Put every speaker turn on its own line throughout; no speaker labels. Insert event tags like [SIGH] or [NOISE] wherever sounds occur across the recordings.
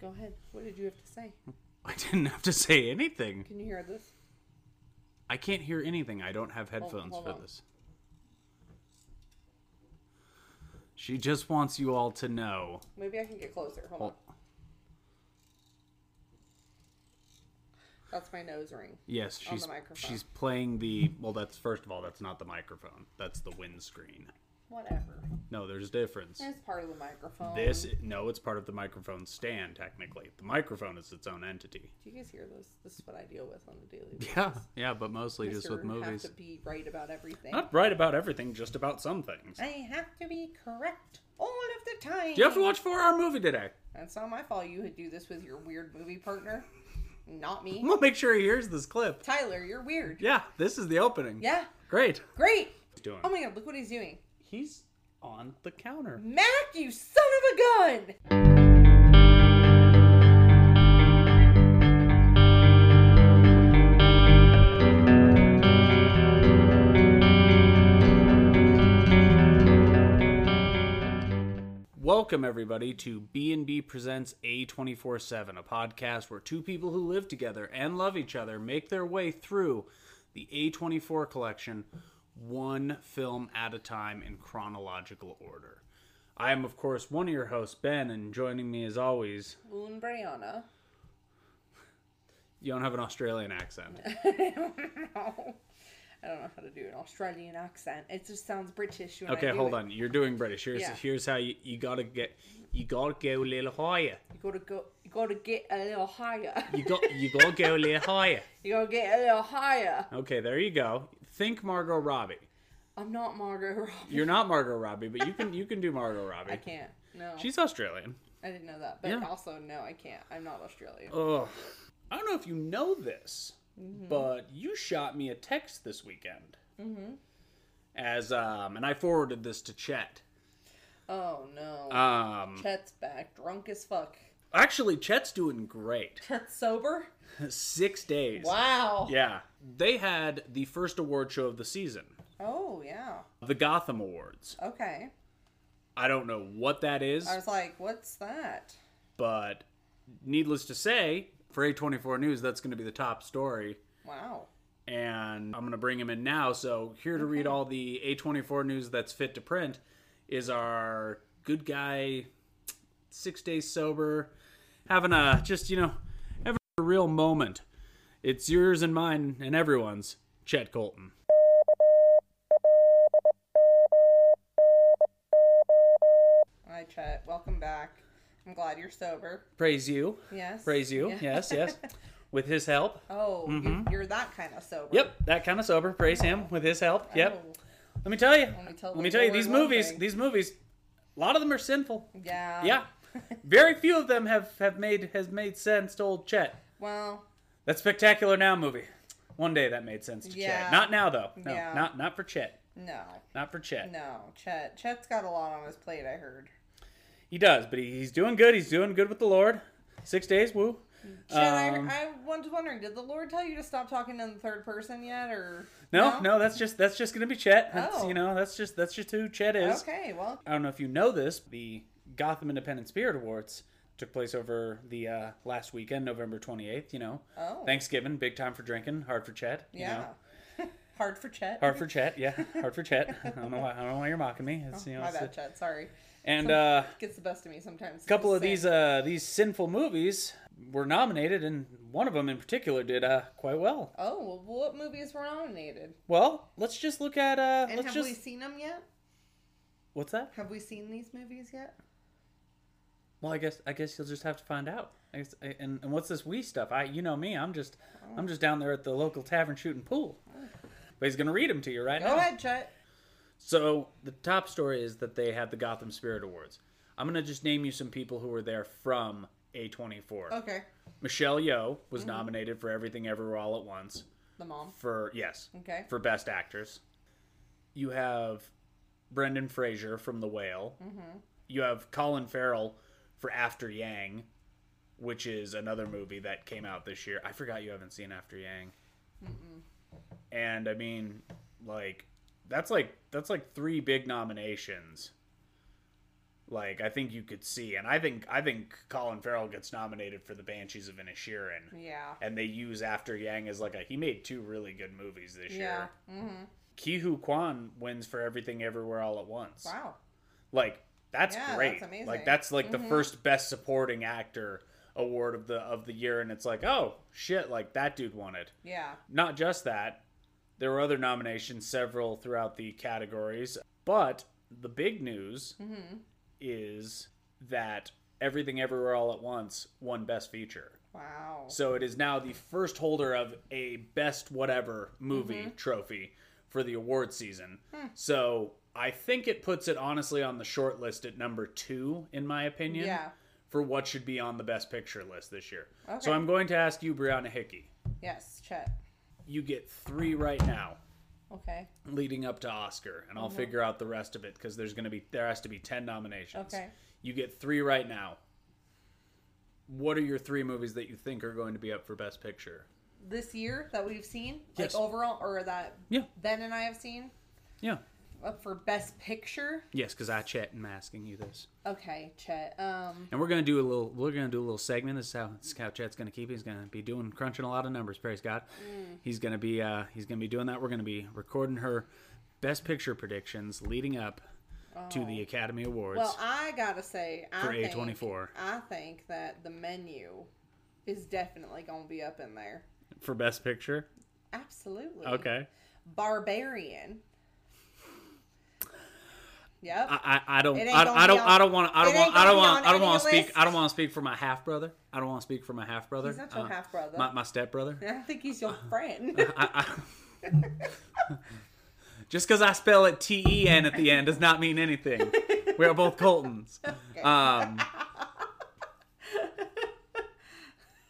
Go ahead. What did you have to say?
[LAUGHS] I didn't have to say anything.
Can you hear this?
I can't hear anything. I don't have headphones
hold
for
on.
this. She just wants you all to know.
Maybe I can get closer. Hold on.
Well,
That's my nose ring.
yes,
On the
she's
microphone.
she's playing the well that's first of all, that's not the microphone. That's the windscreen.
Whatever.
No, there's a difference.
It's part of the microphone.
This
Do
no, it's part of the microphone stand technically. The microphone is its own entity.
you guys hear this? This is what I deal with on a daily basis.
Yeah, yeah, but mostly just
Mr.
with movies.
Have to be right about everything.
Not right about everything, just about some things.
I have to be correct all of the time.
Do you have to watch four hour movie today?
That's not my fault. You would do this with your weird movie partner, not me.
[LAUGHS] I'm gonna make sure he hears this clip.
Tyler, you're weird.
Yeah, this is the opening.
Yeah.
Great.
Great.
He's doing.
Oh my god, look what he's doing.
Um, He's on the counter.
Mac, you son of a gun!
Welcome everybody to B&B Presents A24/7, a podcast where two people who live together and love each other make their way through the A24 collection one film at a time in chronological order. I am of course one of your hosts Ben and joining me as always,
Moon Brianna.
you don't have an Australian [LAUGHS] accent.
[LAUGHS] I don't know how to do an Australian accent. It just sounds British. When I
Okay,
do
hold
it.
on. You're doing British. Here's
Yeah.
here's how you, you gotta get you gotta go a little higher.
You gotta go. You gotta get a little higher. [LAUGHS]
You got you gotta go a little higher.
you gotta get a little higher.
Okay, there you go. Think Margot Robbie.
I'm not Margot Robbie.
You're not Margot Robbie, but you can you can do Margot Robbie.
I can't. No,
She's Australian.
I didn't know that. But
Yeah. Oh.
also, no, I can't. I'm not Australian.
Ugh. I don't know if you know this, but you shot me a text this weekend. Mm-hmm. As um, and I forwarded this to Chet.
Oh no.
Um,
Chet's back, drunk as fuck.
actually, Chet's doing great.
Chet's sober.
Six days.
Wow.
Yeah, they had the first award show of the season,
Oh yeah.
the Gotham Awards.
Okay.
I don't know what that is,
I was like, what's that?
but needless to say, for A24 News, that's going to be the top story.
Wow.
And I'm going to bring him in now. So, here to read all the A24 news that's fit to print is our good guy, six days sober, having a just, you know, having a real moment. It's yours and mine and everyone's, Chet Colton.
Hi Chet. Welcome back. I'm glad you're sober.
Praise you.
Yes.
Praise you. Mm-hmm.
Yeah.
Yes, yes. With his help.
Oh, you, you're that kind of sober.
Yep, that kind of sober. Praise him with his help. Yep. Let me tell you. Let
me
me
tell
tell,
the
you
Lord
these
one
movies,
thing.
these movies a lot of them are sinful.
Oh, yeah.
yeah.
[LAUGHS]
Very few of them have have made has made sense to old Chet.
Well,
That spectacular now movie. One day that made sense to
Yeah.
Chet. Not now though. No.
Yeah.
Not not for Chet.
no,
Not for Chet.
no. Chet, Chet's got a lot on his plate. I heard.
He does, but he, he's doing good. He's doing good with the Lord. 6 days, woo.
Chet, I,
Um,
I was wondering, did the Lord tell you to stop talking in the third person yet, or
No, no, that's just that's just going to be Chet. That's,
Oh.
you know, that's just that's just who Chet is.
Okay, well,
I don't know if you know this, the Gotham Independent Spirit Awards took place over the uh, last weekend, November 28th, you know.
oh,
Thanksgiving, big time for drinking, hard for Chet, you
yeah.
know.
[LAUGHS] Hard for Chet.
Hard for Chet,
[LAUGHS]
yeah, hard for Chet. I don't know why, I don't know why you're mocking me. It's, you know,
Oh, My
it's
bad,
the-
Chet. Sorry. [LAUGHS]
and uh,
Gets the best of me sometimes.
a couple of these uh, these sinful movies were nominated, and one of them in particular did uh, quite well.
Oh, well, what movies were nominated?
Well, let's just look at uh,
And
let's
have
just
we seen them yet?
what's that?
Have we seen these movies yet?
Well, I guess I guess you'll just have to find out. I guess, and, and what's this we stuff? I you know me, I'm just
Oh.
I'm just down there at the local tavern shooting pool. But he's gonna read them to you right
Go
now.
ahead, Chet.
So the top story is that they had the Gotham Spirit Awards. I'm gonna just name you some people who were there from A24.
Okay.
Michelle Yeoh was nominated for Everything Everywhere All at Once
The mom.
for yes
Okay.
for Best Actress. You have Brendan Fraser from The Whale.
Mm-hmm.
You have Colin Farrell for After Yang, which is another movie that came out this year. I forgot you haven't seen After Yang. And I mean, like that's like that's like three big nominations Like I think you could see, and I think I think Colin Farrell gets nominated for the Banshees of Inisherin,
Yeah.
and they use After Yang as like a he made two really good movies this
Yeah.
year.
Mm-hmm.
Ki Hu Kwan wins for Everything Everywhere All at Once.
Wow.
Like that's
Yeah,
great.
that's amazing. Mm-hmm.
Like that's like the first Best Supporting Actor award of the of the year, and it's like oh shit, like that dude won it.
Yeah.
Not just that, there were other nominations, several throughout the categories. But the big news
Mm-hmm.
is that Everything Everywhere All at Once won Best Feature.
Wow.
So it is now the first holder of a Best Whatever movie
Mm-hmm.
trophy for the award season.
Hmm.
So I think it puts it honestly on the short list at number two, in my opinion,
Yeah.
for what should be on the Best Picture list this year.
Okay.
So I'm going to ask you, Brianna Hickey.
Yes, Chet.
You get three right now
Okay.
leading up to Oscar, and I'll
Mm-hmm.
figure out the rest of it because there's gonna be there has to be ten nominations.
Okay.
You get three right now. What are your three movies that you think are going to be up for Best Picture?
This year that we've seen,
Yes.
like overall, or that
Yeah,
Ben and I have seen,
yeah,
up for Best Picture.
yes, because I chat and I'm asking you this,
Okay, Chet. Um,
and we're gonna do a little. We're gonna do a little segment. This is how, this is how Chet's gonna keep. it. He's gonna be doing crunching a lot of numbers. Praise God.
Mm.
He's gonna be. Uh, he's gonna be doing that. We're gonna be recording her Best Picture predictions leading up to the Academy Awards.
Oh. well, I gotta say, I
For
think,
A24.
I think that the menu is definitely gonna be up in there.
for Best Picture.
Absolutely.
Okay.
Barbarian. Yep.
I, I I don't
It ain't
I,
gonna
I
be
don't
on-
I don't want I
it
don't
ain't
want I don't
gonna be
want
on
I don't
any
want to speak
list.
I don't want to speak for my half brother. I don't want to speak for my half brother. Uh,
He's not your half-brother.
My, my step brother.
[LAUGHS] I think he's
[LAUGHS]
your friend.
I, I- [LAUGHS] just because I spell it T E N at the end does not mean anything. We are both Coltons. Um,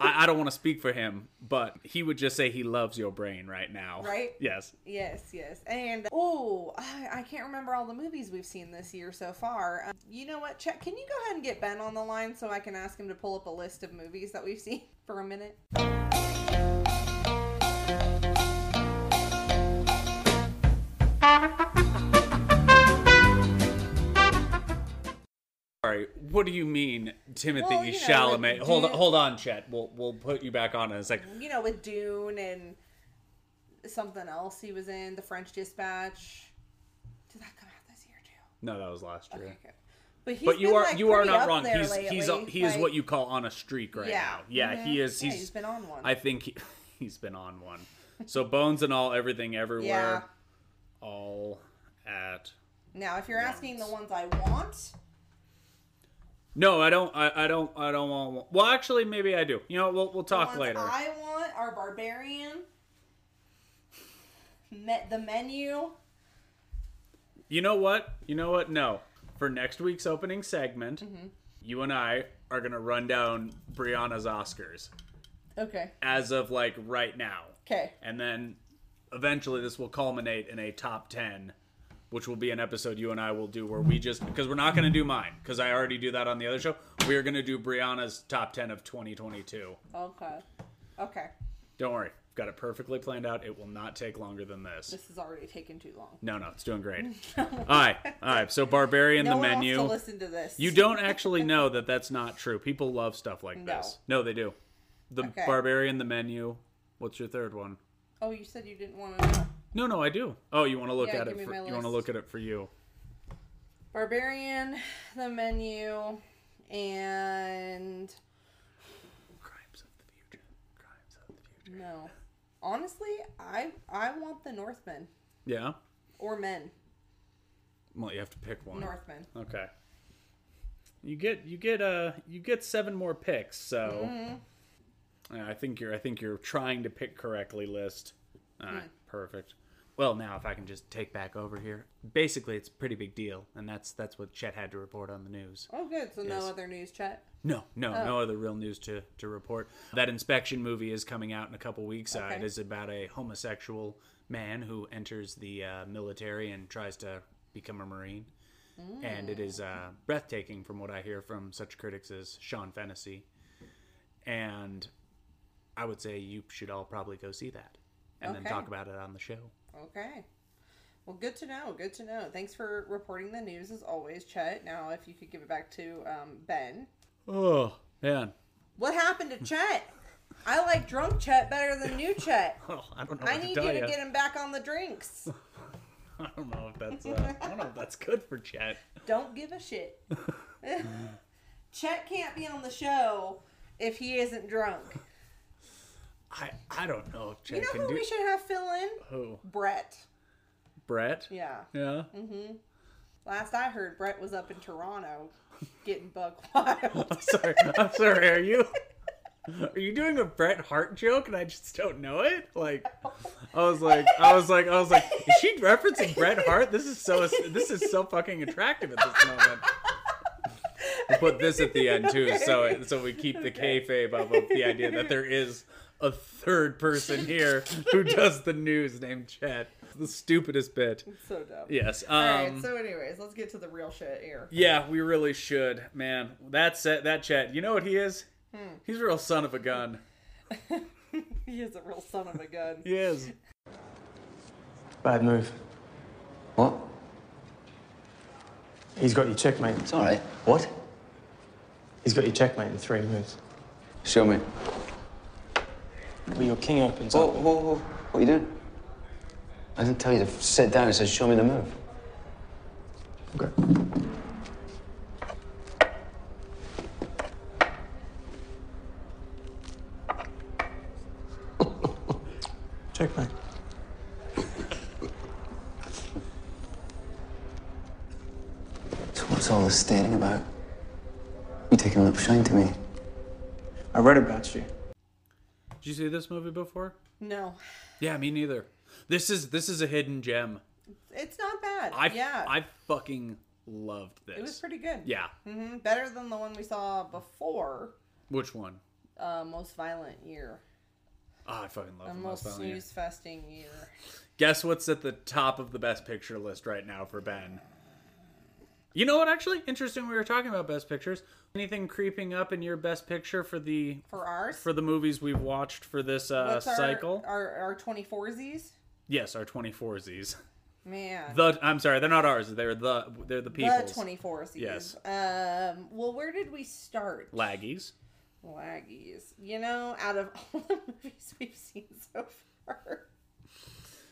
I, I don't want to speak for him, but he would just say he loves your brain right now.
Right?
Yes.
yes, yes. And, oh, I, I can't remember all the movies we've seen this year so far. Um, you know what, Chet? Can you go ahead and get Ben on the line so I can ask him to pull up a list of movies that we've [LAUGHS] seen for a minute?
Sorry, what do you mean, Timothy
Well, you know, like,
Chalamet? hold on,
do-
hold on, Chet. We'll we'll put you back on in a second.
You know, with Dune and something else he was in, The French Dispatch. Did that come out this year, too?
No, that was last year.
Okay, good. But, he's
But you
been,
are
like,
you are
pretty
not
up
wrong.
there
He's he's a,
lately,
he is
like-
what you call on a streak right now. Yeah, he
Mhm.
is.
Yeah,
He's
he's been on one.
I think he, [LAUGHS] he's been on one. So bones and all, everything, everywhere,
Yeah.
all at.
Now, if you're asking the ones I want,
No, I don't. I, I don't. I don't want. Well, actually, maybe I do. You know, we'll we'll
the
talk
ones
later.
I want are Barbarian, me- the menu.
You know what? You know what? No. For next week's opening segment, you and I are gonna run down Brianna's Oscars
Okay.
as of like right now.
Okay.
And then eventually this will culminate in a top 10, which will be an episode you and I will do where we just, because we're not going to do mine, because I already do that on the other show. We are going to do Brianna's top 10 of 2022.
Okay. Okay.
Don't worry, I've got it perfectly planned out. It will not take longer than this.
This is already taking too long.
No, no, it's
[LAUGHS]
doing great. all right, all right. So Barbarian,
No
the
one
menu.
wants to listen to this.
You don't actually know that that's not true. People love stuff like
No.
this. No, they do. The
Okay.
Barbarian, the menu. What's your third one?
Oh, you said you didn't want to know.
No, no, I do. Oh, you want to look
Yeah,
at
give
it?
me
For,
my
you want to
list.
look at it for you?
Barbarian, the menu, and
Crimes of the future. Crimes of the future.
no. Honestly, I I want the Northmen
Yeah.
or men.
Well, you have to pick one.
Northmen.
Okay. You get you get uh you get seven more picks. So
Mm-hmm.
Yeah, I think you're I think you're trying to pick correctly. List. All right. Perfect. Well, now if I can just take back over here. Basically, it's a pretty big deal, and that's that's what Chet had to report on the news.
Oh, good. So
Yes.
no other news chat.
No, no,
Oh.
no other real news to, to report. That inspection movie is coming out in a couple weeks. Uh,
Okay.
it is about a homosexual man who enters the uh, military and tries to become a Marine. And it is uh, breathtaking from what I hear from such critics as Sean Fennessy. And I would say you should all probably go see that and then
Okay.
talk about it on the show.
Okay. Well, good to know. Good to know. Thanks for reporting the news as always, Chet. Now, if you could give it back to um, Ben.
Oh man.
What happened to Chet? I like drunk Chet better than new Chet.
Oh, [LAUGHS] I don't know.
I
what
need
to
you
tell
to
ya.
get him back on the drinks.
[LAUGHS] I don't know if that's. Uh, I don't know if that's good for Chet.
Don't give a shit. [LAUGHS] Chet can't be on the show if he isn't
[LAUGHS]
drunk.
I I don't know if Chet
You know
can
who
do.
we should have fill in?
Who?
Brett.
Brett.
Yeah.
Yeah. [LAUGHS]
Last I heard, Brett was up in
[LAUGHS]
Toronto getting bug wild. [LAUGHS]
I'm sorry. I'm sorry. Are you? Are you doing a Bret Hart joke and I just don't know it? Like, I was like, I was like, I was like, is she referencing Bret Hart? This is so, this is so fucking attractive at this moment. We'll put this at the end too, so it- so we keep the kayfabe up of the idea that there is a third person here who does the news named Chet. The stupidest bit.
so dumb.
Yes. Um,
All right. So, anyways, let's get to the real shit here.
yeah, we really should, man. That's it. That Chet. You know what he is?
Hmm.
He's a real son of a gun.
[LAUGHS] He is a real son of a gun.
[LAUGHS] He is.
Bad move.
What?
He's got your checkmate.
It's all right. What?
He's got your checkmate in three moves.
Show me.
Well, your king opens
Whoa,
up.
whoa, whoa. What are you doing? I didn't tell you to sit down. It says show me the move.
Okay. checkmate.
So what's all this staring about? You taking a little shine to me?
I read about you.
Did you see this movie before?
No,
Yeah, me neither. This is this is a hidden gem.
it's not bad.
I
yeah,
I fucking loved this.
it was pretty good.
Yeah.
Mhm, better than the one we saw before.
Which one?
Uh, most violent year,
Oh, I fucking love
the
the
most
Most Violent Year.
snooze festing year.
Guess what's at the top of the best picture list right now for Ben? You know what? Actually, interesting. We were talking about best pictures. Anything creeping up in your best picture for the
For ours,
for the movies we've watched for this uh,
What's our-
cycle?
our our twenty foursies.
Yes, our 24Zs.
Man,
The I'm sorry, they're not ours. They're the they're the people's.
the twenty foursies.
Yes.
Um. Well, where did we start?
Laggies.
Laggies. You know, out of [LAUGHS] all the movies we've seen so far,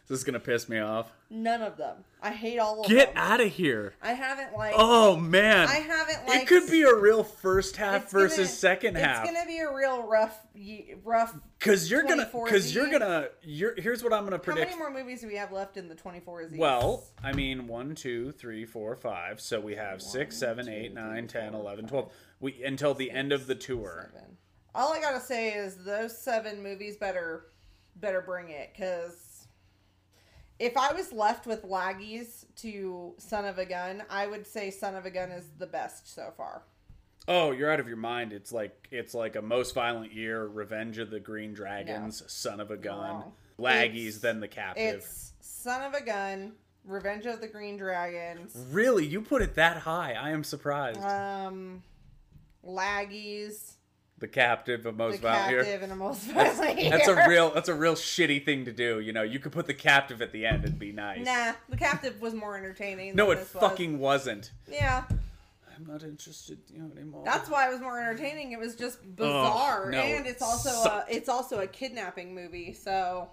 This is gonna piss me off.
none of them. I hate all of
Get
them.
out of here.
I haven't like.
Oh man.
I haven't
it
like.
could be a real first half
it's gonna-
versus second half.
It's gonna be a real rough, ye- rough.
Cause you're gonna,
24Z.
cause you're gonna, you're. Here's what I'm gonna
How
predict.
many more movies do we have left in the twenty four?
Well, I mean, one, two, three, four, five. So we have six, seven, eight, nine, ten, eleven, twelve. We until the end of the tour.
All I gotta say is those seven movies better, better bring it because if I was left with laggies to Son of a Gun, I would say Son of a Gun is the best so far.
Oh, you're out of your mind. It's like it's like a most violent year, Revenge of the Green Dragons, Son of a Gun,
wrong.
Laggies,
It's-
then the Captive.
It's Son of a Gun, Revenge of the Green Dragons,
Really, you put it that high? I am surprised.
um, laggies,
the Captive of
the
most violent
captive,
year.
and a most violent year.
[LAUGHS] That's a real that's a real shitty thing to do. You know, you could put the Captive at the end. It'd be nice.
[LAUGHS] Nah, the captive was more entertaining.
no,
than
it
this was.
fucking wasn't.
yeah.
I'm not interested you know, anymore.
That's why it was more entertaining. It was just bizarre,
no,
and it's also a,
sucked.
it's also a kidnapping movie. So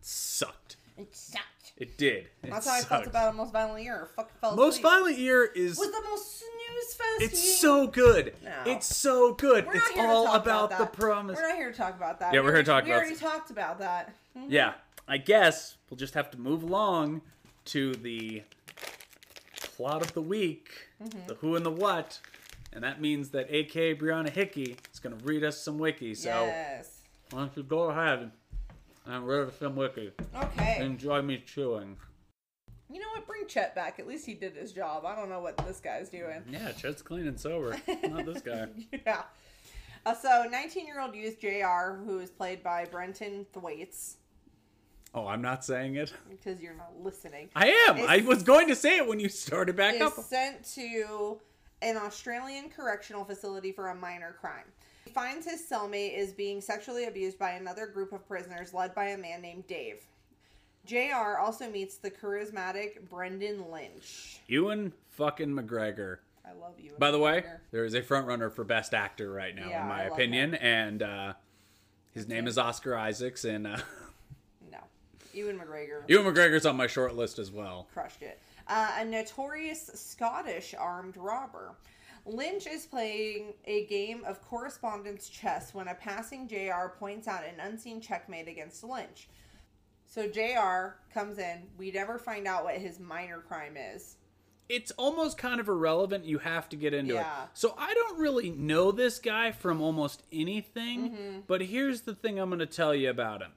sucked.
it sucked.
It did. It
That's how I felt
sucked.
about it most violent year. Fuck fell
most
asleep.
violent year is
was the most snooze fest.
It's
year.
so good.
No.
It's so good.
We're not
It's
here to
all
talk
about, the
that.
promise.
We're not here to talk about that.
Yeah, we're here to talk
we
about-
already talked about that. Hmm.
Yeah, I guess we'll just have to move along to the plot of the week,
Mm-hmm.
the who and the what, and that means that A.K. Brianna Hickey is going to read us some wiki. So
Yes.
why don't you go ahead and read us some wiki?
Okay.
Enjoy me chewing.
You know what? Bring Chet back. At least he did his job. I don't know what this guy's doing.
Yeah, Chet's clean and sober. Not
[LAUGHS]
this guy.
yeah. Uh, so, 19-year-old youth Jr., who is played by Brenton Thwaites,
Oh, I'm not saying
[LAUGHS]
it.
because you're not listening.
I am. I
It's-
was going to say it when you started back
is
up.
sent to an Australian correctional facility for a minor crime. He finds his cellmate is being sexually abused by another group of prisoners led by a man named Dave. JR also meets the charismatic Brendan Lynch.
Ewan fucking McGregor.
I love you.
By the way,
Edgar.
there is a front runner for best actor right now,
Yeah,
in my
I love
opinion, and uh, his name is Oscar Isaacs, and uh, [LAUGHS]
No. Ewan McGregor
Ewan McGregor's on my short list as well.
crushed it. Uh, a notorious Scottish armed robber. Lynch is playing a game of correspondence chess when a passing JR points out an unseen checkmate against Lynch. So JR comes in. We never find out what his minor crime is.
It's almost kind of irrelevant. You have to get into
Yeah.
it. So I don't really know this guy from almost anything,
Mm-hmm.
but here's the thing I'm going to tell you about him.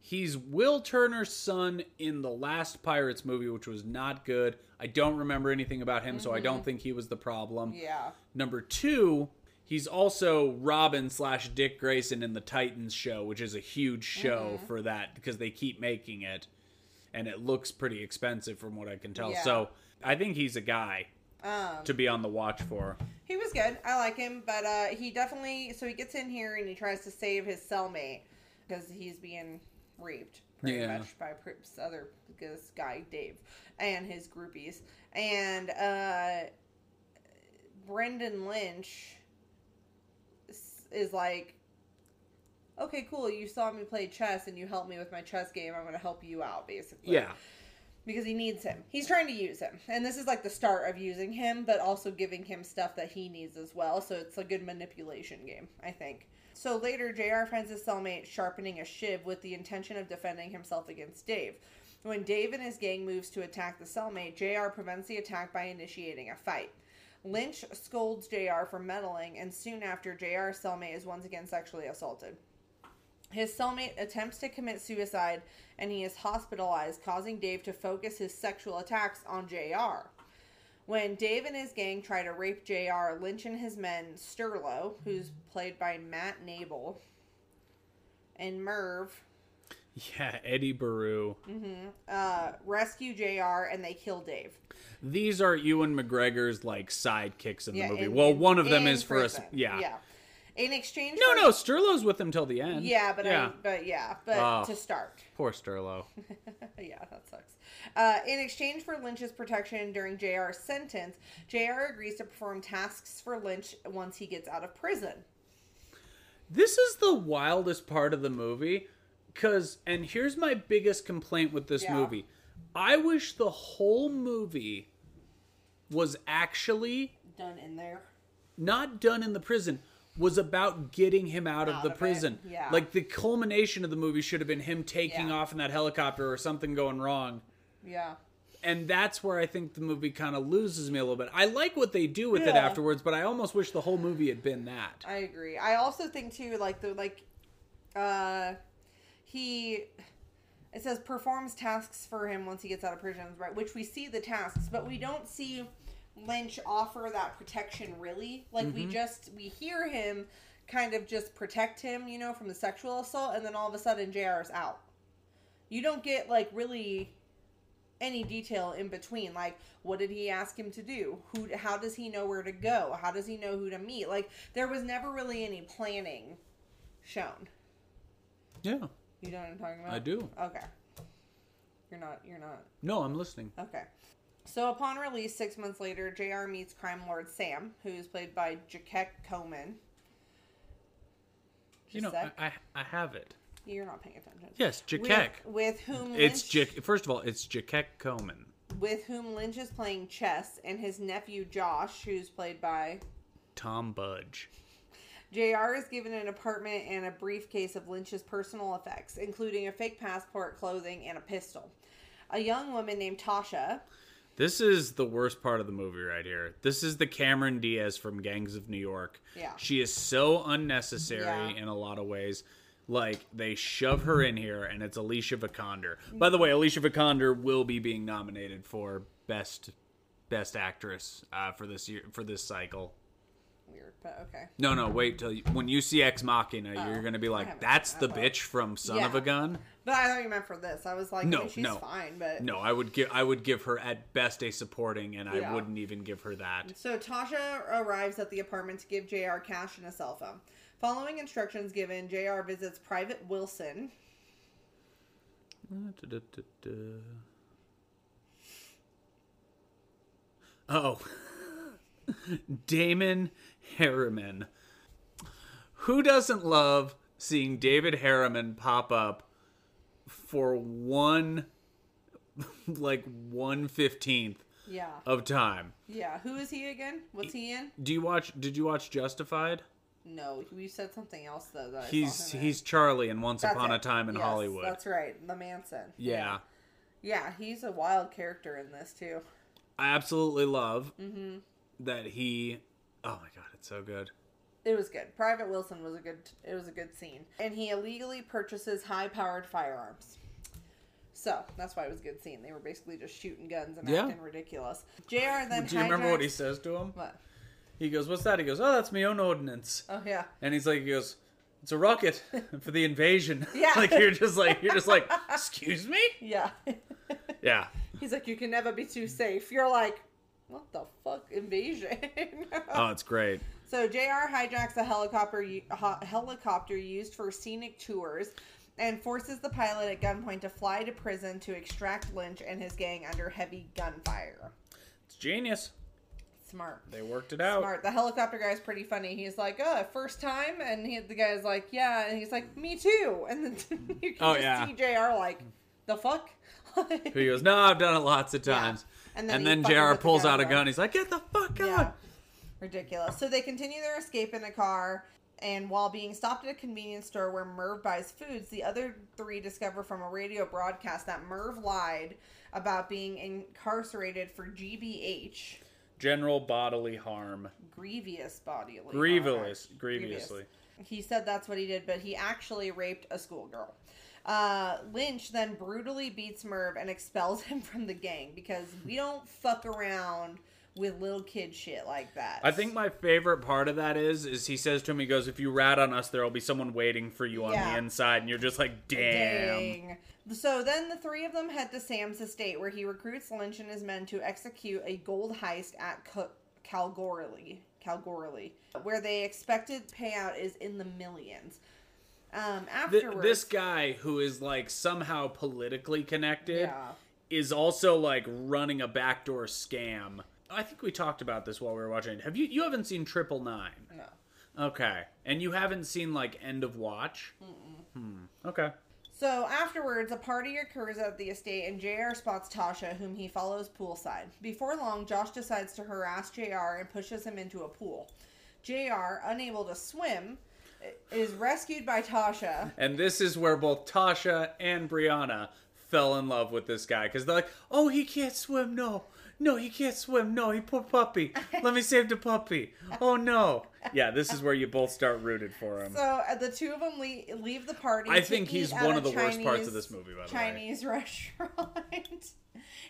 He's Will Turner's son in the last Pirates movie, which was not good. I don't remember anything about him, so I don't think he was the problem.
Mm-hmm. Yeah.
Number two, he's also Robin slash Dick Grayson in the Titans show, which is a huge show
Mm-hmm.
for that because they keep making it, and it looks pretty expensive from what I can tell.
Yeah. Um.
So I think he's a guy to be on the watch for.
He was good. I like him, but uh, he definitely. So he gets in here and he tries to save his cellmate because he's being raped pretty
Yeah.
much by pr- this other this guy Dave and his groupies. And uh, Brendan Lynch s- is like, "Okay, cool. You saw me play chess and you helped me with my chess game. I'm going to help you out, basically."
Yeah,
because he needs him. He's trying to use him. And this is like the start of using him, but also giving him stuff that he needs as well. So it's a good manipulation game, I think. So later, JR finds his cellmate sharpening a shiv with the intention of defending himself against Dave. When Dave and his gang moves to attack the cellmate, JR prevents the attack by initiating a fight. Lynch scolds JR for meddling, and soon after, JR's cellmate is once again sexually assaulted. His cellmate attempts to commit suicide and he is hospitalized, causing Dave to focus his sexual attacks on JR. When Dave and his gang try to rape JR, Lynch and his men, Sturlo, who's played by Matt Nable, and Merv,
yeah, Eddie Baru.
Mm-hmm. uh, rescue JR and they kill Dave.
These are Ewan McGregor's like sidekicks in
Yeah,
the movie.
in-
well,
in-
one of them
in
is for us.
prison.
Yeah.
Yeah. In exchange
No,
for
no, Sturlo's with him till the end.
Yeah, but
yeah,
I, but yeah, but
Oh.
to start.
poor Sturlo.
yeah, that sucks. Uh, in exchange for Lynch's protection during JR's sentence, JR agrees to perform tasks for Lynch once he gets out of prison.
This is the wildest part of the movie cuz and here's my biggest complaint with this
Yeah.
movie. I wish the whole movie was actually
Done in there.
not done in the prison was about getting him out, of
Out
the
of it,
prison.
yeah.
Like the culmination of the movie should have been him taking
Yeah.
off in that helicopter or something going wrong.
Yeah.
And that's where I think the movie kind of loses me a little bit. I like what they do with it
Yeah.
afterwards, but I almost wish the whole movie had been that.
I agree. I also think too, like the like, uh, he. It says performs tasks for him once he gets out of prison, right? Which we see the tasks, but we don't see Lynch offer that protection really. Like we just we hear him kind of just protect him, you know, from the sexual assault, and then all of a sudden Jr. is out. You don't get like really any detail in between like what did he ask him to do who how does he know where to go how does he know who to meet like there was never really any planning shown
Yeah.
you know what i'm talking about
I do.
okay you're not you're not
No, I'm listening.
okay so upon release six months later jr meets crime lord sam who's played by jaquette coman
You know,
Gisette?
I, I I have it.
you're not paying attention
Yes,
With-
Jaquette.
with, whom
It's
Lynch-
Jack. First of all, it's Jaquette Coman.
with whom Lynch is playing chess, and his nephew Josh, who's played by
Tom Budge.
JR is given an apartment and a briefcase of Lynch's personal effects, including a fake passport, clothing, and a pistol. A young woman named Tasha,
This is the worst part of the movie right here. This is the Cameron Diaz from Gangs of New York.
Yeah.
She is so unnecessary
Yeah.
in a lot of ways. Like they shove her in here, and it's Alicia Vikander. By the way, Alicia Vikander will be being nominated for best best actress uh, for this year for this cycle.
weird, but okay.
No, no, wait till you, when you see Ex Machina, you're gonna be like,
Oh, haven't
"That's
seen
the
that one."
bitch from Son of
Yeah.
a Gun."
But I thought you meant for this. I was like,
No,
no, she's
no.
fine, but
No, I would give I would give her at best a supporting, and I
Yeah.
wouldn't even give her that.
So Tasha arrives at the apartment to give JR cash and a cell phone. Following instructions given, JR visits Private Wilson,
Oh. [LAUGHS] Damon Harriman. Who doesn't love seeing David Harriman pop up for one [LAUGHS] like one fifteenth
Yeah.
of time?
Yeah. Who is he again? What's he in?
Do you watch did you watch Justified?
No, you said something else though. That I saw
He's
him in.
he's Charlie in Once
That's
Upon a
it.
Time in
Yes,
Hollywood.
That's right, the Manson.
yeah.
Yeah, he's a wild character in this too.
I absolutely love that he Oh my god, it's so good.
It was good. Private Wilson was a good. It was a good scene, and he illegally purchases high-powered firearms. So that's why it was a good scene. They were basically just shooting guns and
Yeah.
acting ridiculous. Jr. Then
Do you remember what
hijacks-
he says to him?
What?
He goes, "What's that?" He goes, "Oh, that's my own ordinance."
Oh yeah.
And he's like, he goes, "It's a rocket [LAUGHS] for the invasion." [LAUGHS]
Yeah.
like you're just like you're just like,
[LAUGHS]
"Excuse me?"
Yeah. [LAUGHS]
Yeah.
He's like, you can never be too safe. You're like, what the fuck, invasion? [LAUGHS]
Oh, it's great.
So JR hijacks a helicopter u- ho- helicopter used for scenic tours and forces the pilot at gunpoint to fly to prison to extract Lynch and his gang under heavy gunfire.
It's genius.
Smart.
They worked it out.
Smart. The helicopter guy's pretty funny. He's like, "Oh, first time," and he, the guy's like, "Yeah," and he's like, "Me too." And then [LAUGHS] you can
Oh,
just
yeah.
see JR like, "The fuck." [LAUGHS]
He goes, "No, I've done it lots of times."
And
And
then
then,
he fucking
JR
with the
pulls
gun,
out a
though.
gun. He's like, "Get the fuck
Yeah.
out!"
Ridiculous. So they continue their escape in a car, and while being stopped at a convenience store where Merv buys foods, the other three discover from a radio broadcast that Merv lied about being incarcerated for GBH,
General bodily harm,
grievous bodily harm.
grievous,
Grievous.
grievously.
He said that's what he did, but he actually raped a schoolgirl. Uh, Lynch then brutally beats Merv and expels him from the gang because we don't fuck around with little kid shit like that.
I think my favorite part of that is, is he says to him, he goes, "If you rat on us, there will be someone waiting for you on
Yeah.
the inside," and you're just like, "Damn."
Dang. So then the three of them head to Sam's estate where he recruits Lynch and his men to execute a gold heist at Co- Calgorily. Calgorily, where they expected payout is in the millions. Um,
Th-
afterwards,
this guy who is like somehow politically connected
Yeah.
is also like running a backdoor scam. I think we talked about this while we were watching. Have you you haven't seen Triple Nine?
No. Mm.
Okay, and you haven't seen like End of Watch. Hmm. Okay.
So afterwards, a party occurs at the estate, and JR spots Tasha, whom he follows poolside. Before long, Josh decides to harass JR and pushes him into a pool. JR, unable to swim, i- is rescued by Tasha.
And this is where both Tasha and Brianna fell in love with this guy because they're like, "Oh, he can't swim. No, no, he can't swim. No, he poor puppy. Let me save the puppy. Oh no." Yeah, this is where you both start rooted for him.
So uh, the two of them leave, leave the party.
I
to
think
eat
he's
at
one
a
of the worst parts
Chinese-
of this movie, by the way.
Chinese [LAUGHS] restaurant.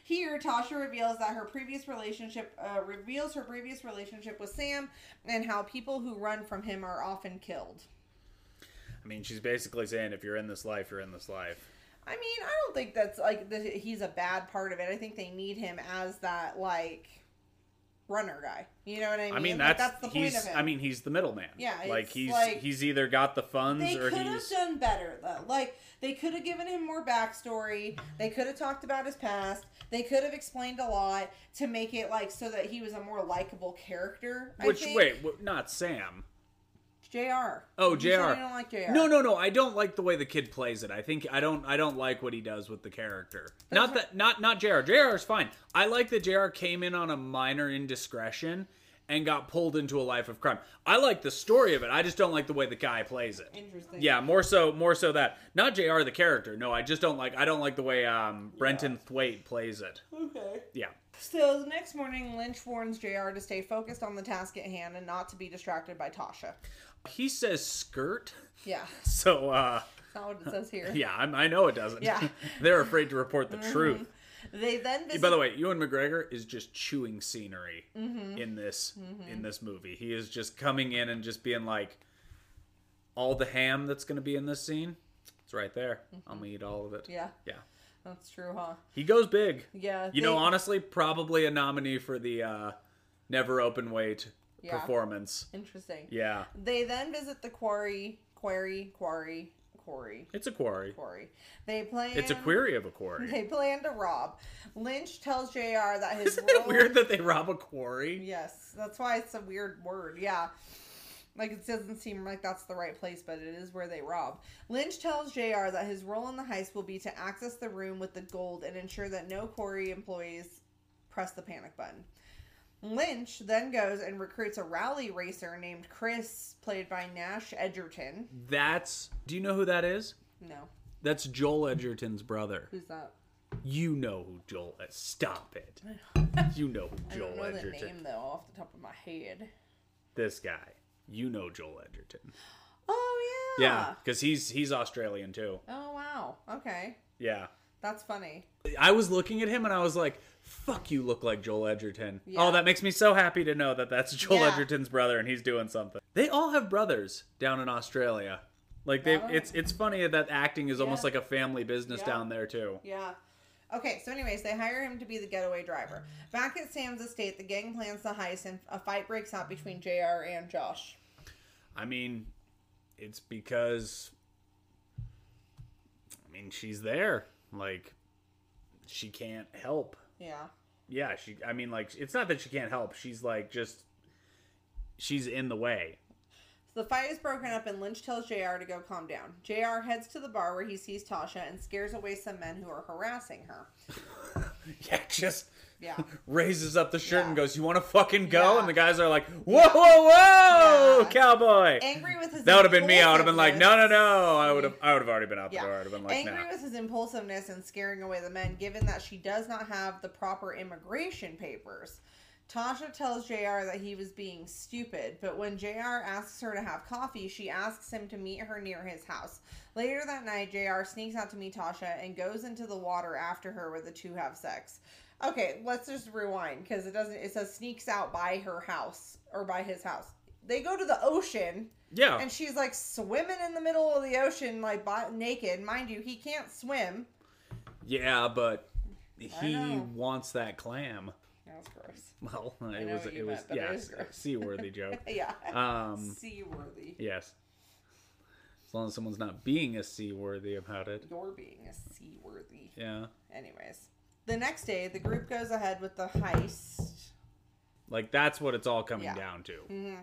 Here, Tasha reveals that her previous relationship uh, reveals her previous relationship with Sam, and how people who run from him are often killed.
I mean, she's basically saying if you're in this life, you're in this life.
I mean, I don't think that's like that he's a bad part of it. I think they need him as that like runner guy. You know what I mean?
I mean,
Like,
that's, he's. I mean, he's the middleman.
Yeah,
like
it's
he's
like-
he's either got the funds
They
or
could have
he's.
done better though. Like they could have given him more backstory. They could have talked about his past. They could have explained a lot to make it like so that he was a more likable character. I
which
think.
wait, w- not Sam.
Jr.
Oh,
You
Jr.
said you don't like Jr.
No, no, no. I don't like the way the kid plays it. I think I don't. I don't like what he does with the character. Not that. Not not Jr. Jr. is fine. I like that Jr. came in on a minor indiscretion and got pulled into a life of crime. I like the story of it. I just don't like the way the guy plays it.
Interesting.
Yeah, more so, more so that not Jr. the character. No, I just don't like. I don't like the way um, Brenton Thwaite plays it.
Okay.
Yeah,
So the next morning, Lynch warns Jr. to stay focused on the task at hand and not to be distracted by Tasha.
he says skirt. [LAUGHS]
Yeah,
So uh,
that's not what it says here.
yeah, I'm, I know it doesn't.
Yeah.
[LAUGHS]
Mm-hmm.
they're afraid to report the truth.
They then visit.
By the way, Ewan McGregor is just chewing scenery
Mm-hmm.
in this in this movie. He is just coming in and just being like, all the ham that's going to be in this scene, it's right there. I'm gonna eat all of it.
Mm-hmm. yeah,
yeah.
that's true, huh?
He goes big.
Yeah.
You know,
they-
honestly, probably a nominee for the uh, never open weight
Yeah.
performance.
Interesting.
Yeah.
They then visit the quarry, quarry, quarry, quarry.
It's a quarry.
Quarry. They plan.
It's a query of a quarry.
[LAUGHS] They plan to rob. Lynch tells Jr.
[LAUGHS]
that his
Isn't it
role-
weird that they rob a quarry?
Yes, that's why it's a weird word. Yeah. Like, it doesn't seem like that's the right place, but it is where they rob. Lynch tells JR that his role in the heist will be to access the room with the gold and ensure that no quarry employees press the panic button. Lynch then goes and recruits a rally racer named Chris, played by Nash Edgerton.
That's. Do you know who that is?
No,
That's Joel Edgerton's brother.
who's that?
You know who Joel. uh, Stop it.
[LAUGHS]
You know who
I don't
Joel
know the
Edgerton.
name, though, off the top of my head.
This guy. You know Joel Edgerton.
Oh, yeah.
Yeah, because he's he's Australian too.
Oh, wow. Okay.
Yeah.
That's funny.
I was looking at him and I was like, "Fuck, you look like Joel Edgerton."
Yeah.
Oh, that makes me so happy to know that that's Joel
Yeah.
Edgerton's brother and he's doing something. They all have brothers down in Australia. Like they,
Wow.
it's it's funny that acting is almost
Yeah.
like a family business
Yeah.
down there too.
Yeah. Okay, so anyways, they hire him to be the getaway driver. Back at Sam's estate, the gang plans the heist and a fight breaks out between JR and Josh.
I mean, it's because I mean she's there. Like she can't help.
Yeah.
Yeah, she. I mean, like it's not that she can't help. She's like just she's in the way. [LAUGHS]
So the fight is broken up and Lynch tells JR to go calm down. JR heads to the bar where he sees Tasha and scares away some men who are harassing her.
Yeah, just
Yeah.
[LAUGHS] raises up the shirt
Yeah.
and goes, "You want to fucking go?"
Yeah.
And the guys are like, "Whoa, whoa, whoa,
Yeah.
cowboy!"
Angry with his
that would have been me. I would have been like, "No, no,
impulsiveness-
no!" I would have, I would have already been out the
Yeah.
door. I would have been like,
Angry
"Nah."
with his impulsiveness and scaring away the men, given that she does not have the proper immigration papers. Tasha tells JR that he was being stupid, but when JR asks her to have coffee, she asks him to meet her near his house. Later that night, JR sneaks out to meet Tasha and goes into the water after her where the two have sex. Okay, let's just rewind because it doesn't it says sneaks out by her house or by his house. They go to the ocean
Yeah,
and she's like swimming in the middle of the ocean, like bo- naked. Mind you, he can't swim.
yeah, but
I
he
know.
wants that clam.
That's gross.
[LAUGHS] Well, it
know
was,
what
it
you
was,
meant, but it
yeah,
is gross. [LAUGHS]
seaworthy joke.
Yeah.
Um,
[LAUGHS] seaworthy.
yes. As long as someone's not being a seaworthy about it.
You're being a seaworthy.
Yeah.
Anyways, the next day, the group goes ahead with the heist.
Like that's what it's all coming
Yeah. Mm-hmm.
down to.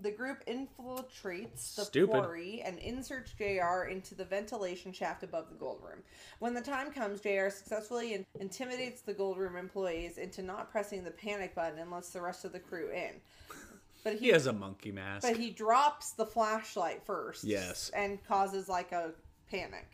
The group infiltrates the
Stupid.
quarry and inserts JR into the ventilation shaft above the gold room. When the time comes, JR successfully in- intimidates the gold room employees into not pressing the panic button and lets the rest of the crew in. But
He has a monkey mask.
But he drops the flashlight first.
Yes.
And causes like a panic.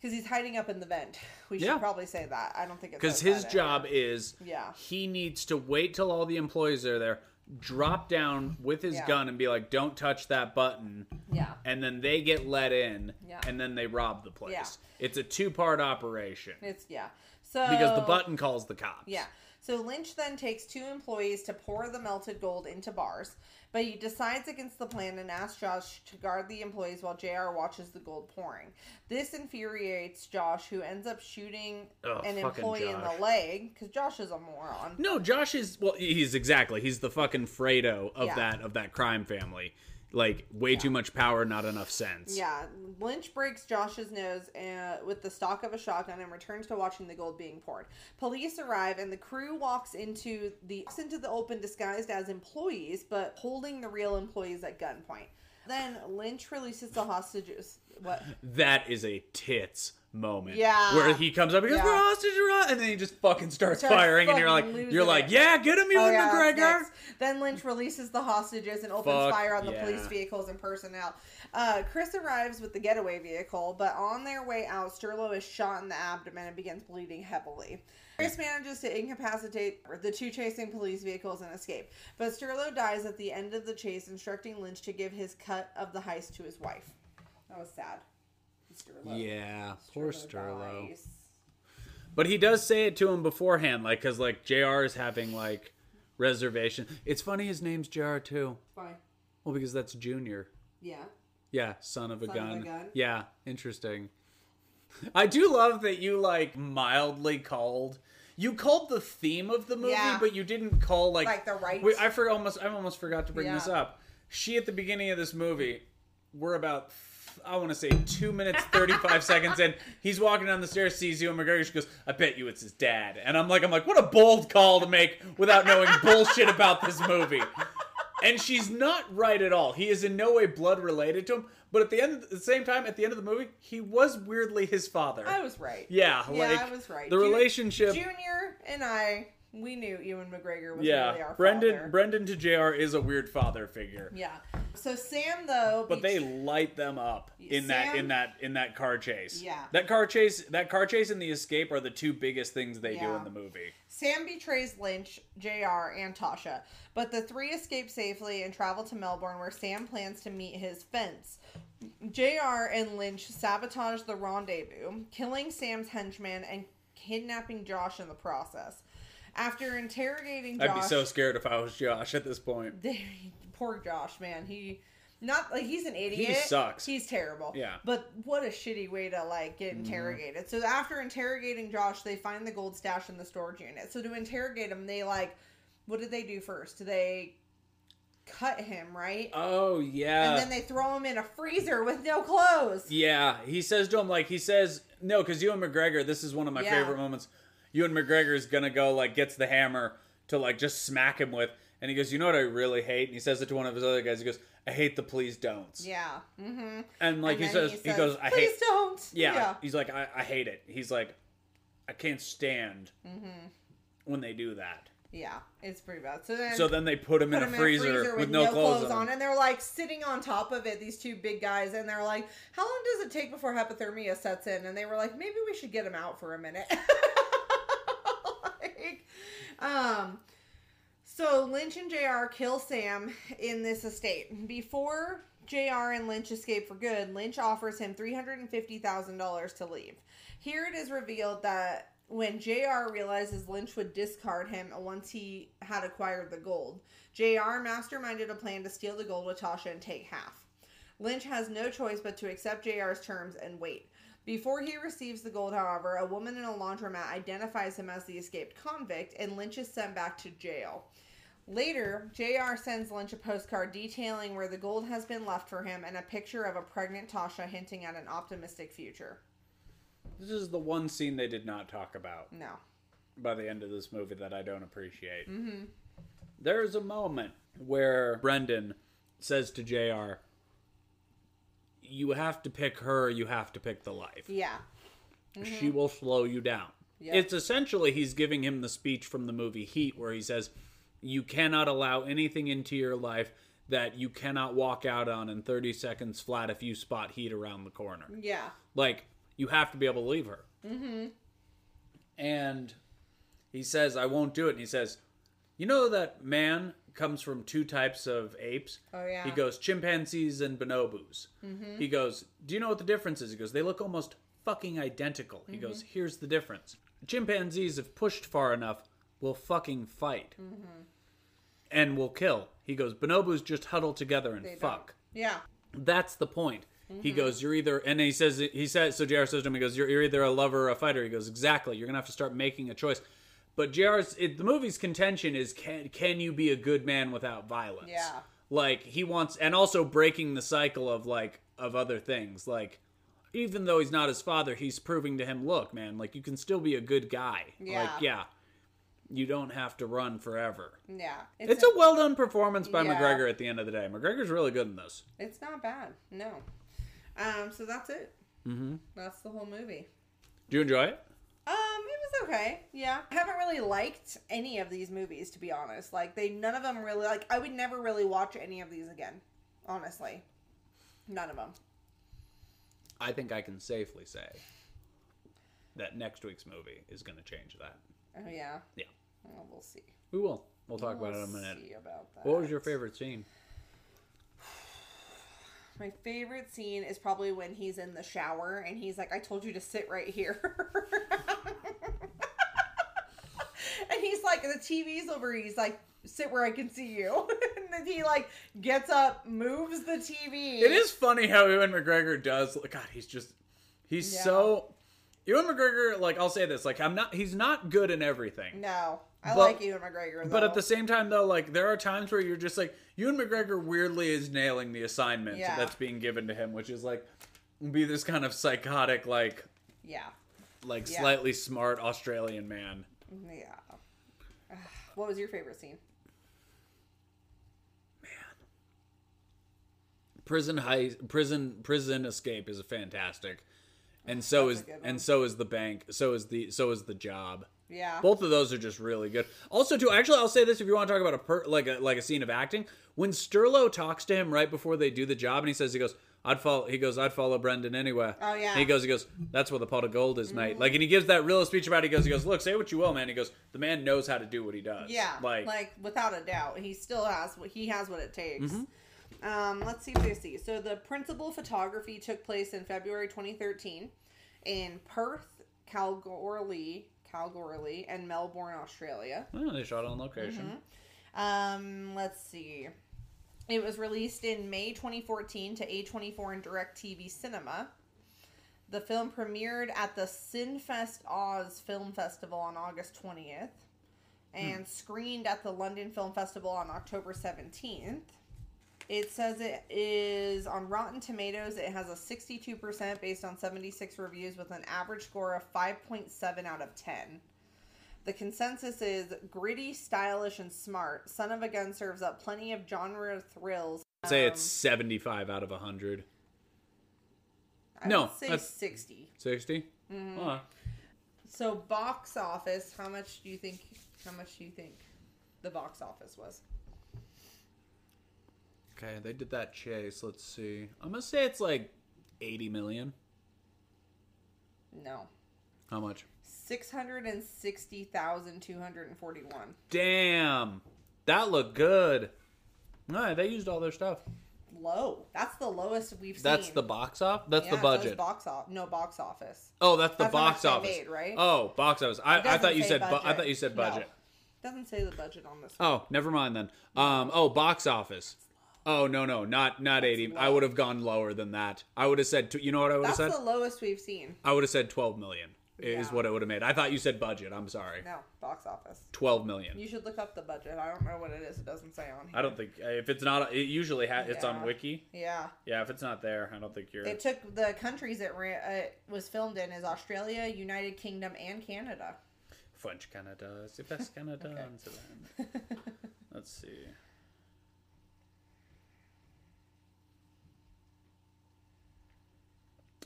Because he's hiding up in the vent. We should
Yeah.
probably say that. I don't think it's
because his job is
Yeah.
he needs to wait till all the employees are there drop down with his
Yeah.
gun and be like don't touch that button
Yeah.
and then they get let in
Yeah.
and then they rob the place
Yeah.
it's a two-part operation
It's yeah. So
because the button calls the cops
Yeah. So Lynch then takes two employees to pour the melted gold into bars, but he decides against the plan and asks Josh to guard the employees while JR watches the gold pouring. This infuriates Josh, who ends up shooting
Oh,
an
fucking
employee in
Josh.
the leg because Josh is a moron.
no josh is well he's exactly he's the fucking fredo of
Yeah.
that of that crime family like way too much power not enough sense
Yeah, Lynch breaks Josh's nose uh, with the stock of a shotgun and returns to watching the gold being poured. Police arrive and the crew walks into the walks into the open disguised as employees, but holding the real employees at gunpoint. Then Lynch releases the hostages. What?
that is a tits moment.
Yeah.
Where he comes up and goes,
Yeah.
"We're hostage, we're hostage," and then he just fucking starts,
Starts
firing and you're like
fucking losing
you're like,
it. Oh,
Yeah, get him,
yeah,
Ewan
that's
McGregor.
next. Then Lynch releases the hostages and opens
Fuck
fire on the
yeah.
police vehicles and personnel. Uh, Chris arrives with the getaway vehicle, but on their way out, Sturlo is shot in the abdomen and begins bleeding heavily. Chris manages to incapacitate the two chasing police vehicles and escape, but Sturlo dies at the end of the chase, instructing Lynch to give his cut of the heist to his wife. That was sad. Sturlo.
Yeah, poor Sterlo.
dies.
But he does say it to him beforehand, like cause like JR is having like reservation. It's funny his name's JR too.
Fine.
Well, because that's Junior.
Yeah.
Yeah, son of a,
Son of a
gun.
gun.
Yeah, interesting. I do love that you like mildly called. You called the theme of the movie,
Yeah.
but you didn't call like
Like the rights.
Wait, I for almost I almost forgot to bring this
Yeah.
up. She at the beginning of this movie, we're about I want to say two minutes
[LAUGHS]
thirty five seconds in. He's walking down the stairs, sees you, and McGregor just goes, "I bet you it's his dad." And I'm like, I'm like, what a bold call to make
[LAUGHS]
without knowing bullshit about this movie. And she's not right at all. He is in no way blood related to him. But at the end, at the same time, at the end of the movie, he was weirdly his father.
I was right.
yeah,
Yeah,
like
I was right.
The
Ju-
relationship.
Junior and I, we knew Ewan McGregor was really
yeah,
our
Brendan
father.
Brendan to Jr. is a weird father figure.
yeah. So Sam though,
But they
be-
light them up in that in
Sam-
that in that car chase.
Yeah.
That car chase that car chase and the escape are the two biggest things they do
Yeah.
in the movie.
Sam betrays Lynch, Jr. and Tasha, but the three escape safely and travel to Melbourne, where Sam plans to meet his fence. Jr. and Lynch sabotage the rendezvous, killing Sam's henchman and kidnapping Josh in the process. After interrogating Josh,
I'd be so scared if I was Josh at this point.
they- [LAUGHS] poor Josh, man. He not like he's an idiot.
sucks.
He's terrible.
Yeah. Mm-hmm.
But what a shitty way to like get interrogated. So after interrogating Josh, they find the gold stash in the storage unit. So to interrogate him, they like what did they do first? They cut him, right?
Oh yeah.
and then they throw him in a freezer with no clothes.
Yeah, he says to him like he says no because Ewan McGregor. This is one of my
Yeah.
favorite moments. Ewan McGregor is gonna go like gets the hammer to like just smack him with, and he goes, "You know what I really hate?" And he says it to one of his other guys. He goes, "I hate the please don'ts."
Yeah. Mm-hmm.
And like he, says, he goes, "I
Please
hate."
don't.
Yeah, he's like, I, "I hate it." He's like, "I can't stand Mm-hmm. when they do that."
Yeah. It's pretty bad. So then
So then they put him, in, a
put 'em
freezer with, no, clothes, on.
and they're like sitting on top of it these two big guys and they're like how long does it take before hypothermia sets in and they were like maybe we should get him out for a minute [LAUGHS] like, um so lynch and jr kill sam in this estate before jr and lynch escape for good lynch offers him $350000 to leave here it is revealed that when JR realizes Lynch would discard him once he had acquired the gold, JR masterminded a plan to steal the gold with Tasha and take half. Lynch has no choice but to accept JR's terms and wait. Before he receives the gold, however, a woman in a laundromat identifies him as the escaped convict, and Lynch is sent back to jail. Later, JR sends Lynch a postcard detailing where the gold has been left for him and a picture of a pregnant Tasha hinting at an optimistic future.
This is the one scene they did not talk about.
No.
by the end of this movie that I don't appreciate. There's a moment where Brendan says to JR, You have to pick her, you have to pick the life.
Yeah.
She will slow you down.
Yeah.
It's essentially he's giving him the speech from the movie Heat where he says, You cannot allow anything into your life that you cannot walk out on in 30 seconds flat if you spot heat around the corner.
Yeah.
Like, you have to be able to leave her. Mm-hmm. And he says, I won't do it. And he says, You know that man comes from two types of apes?
Oh, yeah.
He goes, chimpanzees and bonobos. Mm-hmm. He goes, Do you know what the difference is? He goes, They look almost fucking identical. He goes,
Mm-hmm.
Here's the difference. Chimpanzees, if pushed far enough, will fucking fight
Mm-hmm.
and will kill. He goes, Bonobos just huddle together and
don't.
fuck.
Yeah.
That's the point. He
Mm-hmm.
goes, you're either, and he says, he says, so JR says to him, he goes, you're, you're either a lover or a fighter. He goes, exactly. You're going to have to start making a choice. But JR's, it, the movie's contention is, can, can you be a good man without violence?
Yeah.
Like he wants, and also breaking the cycle of like, of other things. Like, even though he's not his father, he's proving to him, look, man, like you can still be a good guy. Like,
Yeah.
yeah, you don't have to run forever.
Yeah.
It's a well done performance by
Yeah.
McGregor at the end of the day. McGregor's really good in this.
it's not bad. No. Um, so that's it. Mm-hmm. That's the whole movie.
Do you enjoy it?
Um, it was okay. Yeah. I haven't really liked any of these movies to be honest. Like they none of them really like I would never really watch any of these again. Honestly. None of them.
I think I can safely say that next week's movie is going to change that.
Oh yeah.
Yeah,
Well, we'll see.
we will. We'll talk about it in a
We'll
minute.
See about that.
What was your favorite scene?
My favorite scene is probably when he's in the shower and he's like, I told you to sit right here. [LAUGHS] and he's like, the TV's over. He's like, sit where I can see you. [LAUGHS] and then he like gets up, moves the TV.
It is funny how Ewan McGregor does. God, he's just he's
Yeah.
so Ewan McGregor. Like I'll say this, like I'm not. He's not good in everything.
No. I
But-
like Ewan McGregor. Though.
But at the same time, though, like there are times where you're just like Ewan McGregor weirdly is nailing the assignment
Yeah.
that's being given to him, which is like be this kind of psychotic, like
yeah,
like
Yeah.
slightly smart Australian man.
yeah. [SIGHS] Ah, What was your favorite scene?
Prison heist, prison prison escape is fantastic, and so
That's a
is
good one.
and so is the bank, so is the so is the job.
Yeah,
Both of those are just really good. Also, too, actually, I'll say this: if you want to talk about a per, like a like a scene of acting, when Sturlo talks to him right before they do the job, and he says, he goes, "I'd follow," he goes, "I'd follow Brendan anywhere."
Oh, yeah. Mm.
And he goes, he goes, "That's where the pot of gold is, mate." Like, and he gives that real speech about. He goes, he goes, "Look, say what you will, man." He goes, "The man knows how to do what he does."
yeah.
like,
Like, without a doubt, he still has what he has what it takes.
Mm-hmm.
Um, let's see if they see. So the principal photography took place in February 2013 in Perth, Kalgoorlie, Kalgoorlie, and Melbourne, Australia.
oh, they shot on location.
Mm-hmm. Um, let's see. It was released in May 2014 to A24 and DirecTV Cinema. The film premiered at the Sinfest Oz Film Festival on August 20th and screened at the London Film Festival on October 17th. It says it is on Rotten Tomatoes, it has a 62% based on 76 reviews with an average score of 5.7 out of 10. The consensus is gritty, stylish, and smart. Son of a Gun serves up plenty of genre thrills.
I'd say
Um,
it's seventy-five out of hundred.
I
No,
would say
that's-
60.
60
Mm-hmm.
Huh.
So box office, how much do you think? How much do you think the box office was?
Okay, they did that chase. Let's see. I'm gonna say it's like eighty million.
No,
How much?
six hundred and sixty thousand two hundred and forty-one.
Damn, that looked good. No, they used all their stuff.
Low. That's the lowest we've
That's
seen.
the box off. That's
Yeah,
the
it says
budget.
Box off. No box office.
oh, that's the
That's how
box
much they
office.
made, right?
Oh, box office. I, I
Doesn't
thought you
say
said. Bu- I
budget.
thought you said budget.
No. Doesn't say the budget on this.
Oh, never mind then. Um. Oh, box office. Oh no no not not eighty. I
low.
would have gone lower than that. I would have said. T- you know what I would have
That's
said?
the lowest we've seen.
I would have said twelve million is
Yeah.
what it would have made. I thought you said budget. I'm sorry.
No box office.
Twelve million.
You should look up the budget. I don't know what it is. It doesn't say on here.
I don't think if it's not. It usually ha- it's on
Yeah.
Wiki.
Yeah.
Yeah, if it's not there, I don't think you're.
They took the countries it ra- uh, it was filmed in is Australia, United Kingdom, and Canada.
French Canada, c'est
[LAUGHS]
best Canada and so on. Let's see.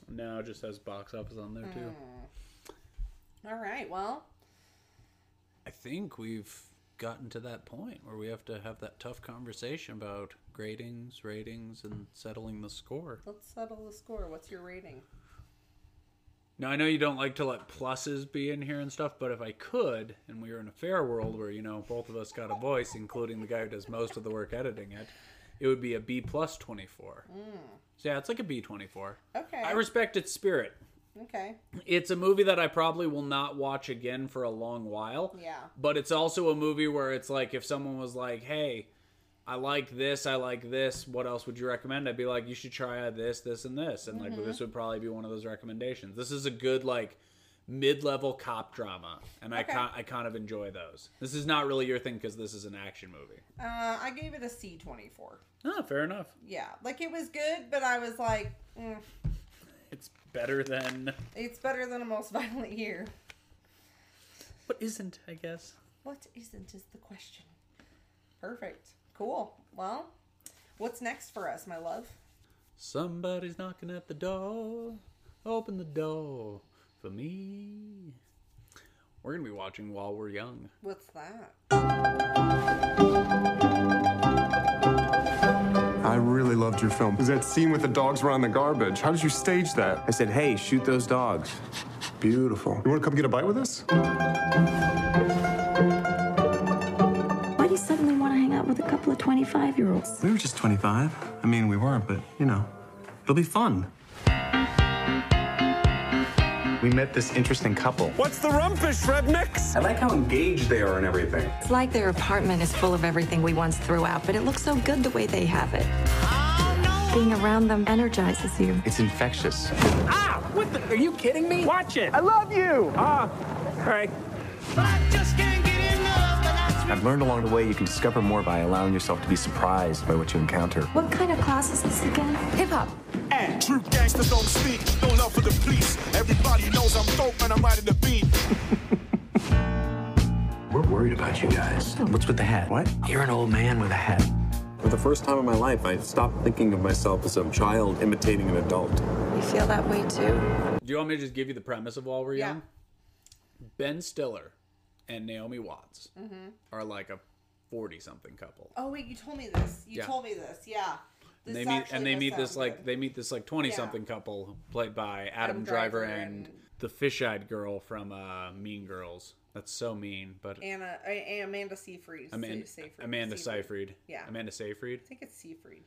No, it just has box office on there too.
Hmm. All right. Well,
I think we've gotten to that point where we have to have that tough conversation about gradings, ratings, and settling the score.
let's settle the score. What's your rating?
Now I know you don't like to let pluses be in here and stuff, but if I could, and we were in a fair world where you know both of us got a voice, including the guy who does most of the work editing it, it would be a B plus twenty four. So yeah, it's like a B twenty four.
Okay.
I respect its spirit.
okay.
It's a movie that I probably will not watch again for a long while.
Yeah.
But it's also a movie where it's like if someone was like, "Hey, I like this, I like this. What else would you recommend?" I'd be like, "You should try out this, this, and this." And like this would probably be one of those recommendations. This is a good like mid-level cop drama, and I
Okay.
kind I kind of enjoy those. This is not really your thing because this is an action movie.
Uh, I gave it a C twenty four.
Oh, fair enough.
Yeah, like it was good, but I was like, mm,
It's better than
it's better than a most [LAUGHS] violent year.
what isn't, I guess.
What isn't is the question. Perfect. Cool. Well, what's next for us, my love?
Somebody's knocking at the door. Open the door for me. We're gonna be watching While We're Young.
What's that?
I really loved your film. It was that scene with the dogs around the garbage. How did you stage that?
I said, hey, shoot those dogs.
Beautiful. You want to come get a bite with us?
Why do you suddenly want to hang out with a couple of 25 year olds?
We were just 25. I mean, we weren't, but you know, it'll be fun. We met this interesting couple.
What's the rumpus, Shrebnix?
I like how engaged they are and everything.
It's like their apartment is full of everything we once threw out, but it looks so good the way they have it. Being around them energizes you.
It's infectious.
Ah!
I just can't get enough. I've learned along the way you can discover more by allowing yourself to be surprised by what you encounter.
What kind of class is this again? Hip hop.
And true gangsters don't speak, no love for the police. Everybody knows I'm dope when I'm riding the beat.
We're worried about you guys.
What's with the hat? What?
You're an old man with a hat.
For the first time in my life, I stopped thinking of myself as a child imitating an adult.
You feel that way too?
Do you want me to just give you the premise of While We're
Yeah.
Young? Ben Stiller and Naomi Watts are like a forty-something couple.
Mm-hmm. Oh wait, you told me this. You
Yeah.
told me this. Yeah. This
And they
is
meet
actually
and they
does
meet this
sound
like
good.
they meet this like twenty-something couple played by Adam, Driver,
Driver
and,
and-
the fish-eyed girl from uh, Mean Girls. That's so mean, but
Anna uh, Amanda Seyfried.
Amanda
Se- Seyfried.
Amanda Seyfried.
Yeah.
Amanda Seyfried.
I think it's Seyfried.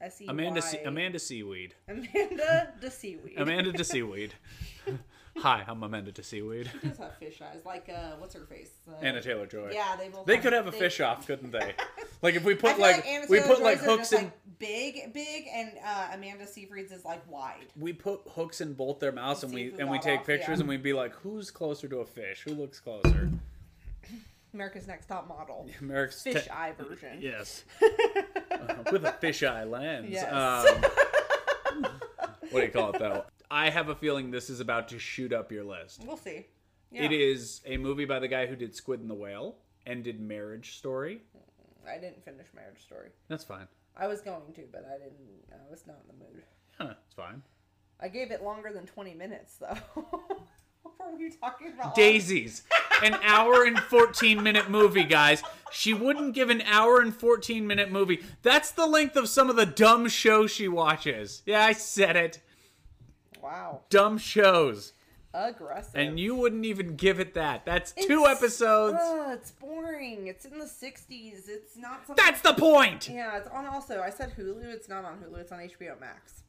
S E Y.
Amanda Se-
[LAUGHS]
Amanda Seaweed.
Amanda
[LAUGHS]
the seaweed.
Amanda to Seaweed. [LAUGHS] Hi, I'm Amanda to Seaweed.
She does have fish eyes. Like uh, what's her face? Uh,
Anna Taylor Joy.
Yeah, they both
They
have-
could have a
they-
fish off,
[LAUGHS]
couldn't they? Like if we
I
put
feel
like,
Anna
we
Taylor
put like
Joy's are
hooks
just,
in
like, big, big, and uh, Amanda Seyfried's is like wide.
we put hooks in both their mouths and we
Seafood
and we
off,
take
yeah.
pictures and we'd be like, who's closer to a fish? Who looks closer?
America's Next Top
[LAUGHS]
Model.
Merrick's te-
Fish eye version. [LAUGHS]
Yes. Uh, with a fisheye lens.
Yes. [LAUGHS]
Um, what do you call it though? I have a feeling this is about to shoot up your list.
We'll see.
It is a movie by the guy who did Squid and the Whale and did Marriage Story.
I didn't finish Marriage Story.
That's fine.
I was going to, but I didn't. I was not in the mood.
Huh, it's fine.
I gave it longer than 20 minutes, though. [LAUGHS] what were you talking about?
Daisies. An hour and 14 minute movie, guys. She wouldn't give an hour and 14 minute movie. That's the length of some of the dumb shows she watches. Yeah, I said it.
Wow.
Dumb shows.
Aggressive.
And you wouldn't even give it that. That's two
It's- uh,
episodes.
Ugh, it's boring. It's in the 60s. It's not something.
That's the point.
[LAUGHS] Yeah, it's on also. I said Hulu. It's not on Hulu. It's on HBO Max.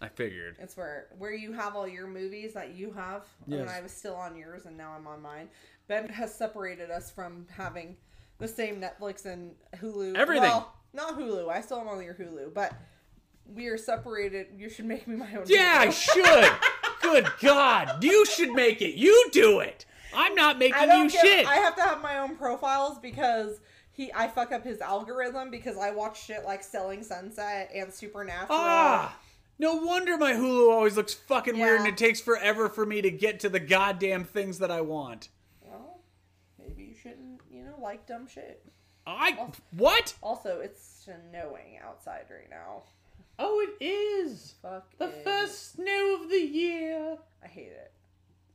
I figured.
It's where where you have all your movies that you have.
Yes.
And I was still on yours, and now I'm on mine. Ben has separated us from having the same Netflix and Hulu.
Everything.
Well, not Hulu. I still am on your Hulu, but we are separated. You should make me my own.
Yeah, I
Hulu. [LAUGHS]
should. Good God. You should make it. You do it. I'm not
I
making
don't
you
give-
shit.
I have to have my own profiles because he I fuck up his algorithm because I watch shit like Selling Sunset and Supernatural.
Ah, no wonder my Hulu always looks fucking weird and
Yeah.
it takes forever for me to get to the goddamn things that I want.
Well, maybe you shouldn't, you know, like dumb shit.
I. What?
Also, it's snowing outside right now.
Oh, it is.
Fuck it.
snow of the year.
I hate it.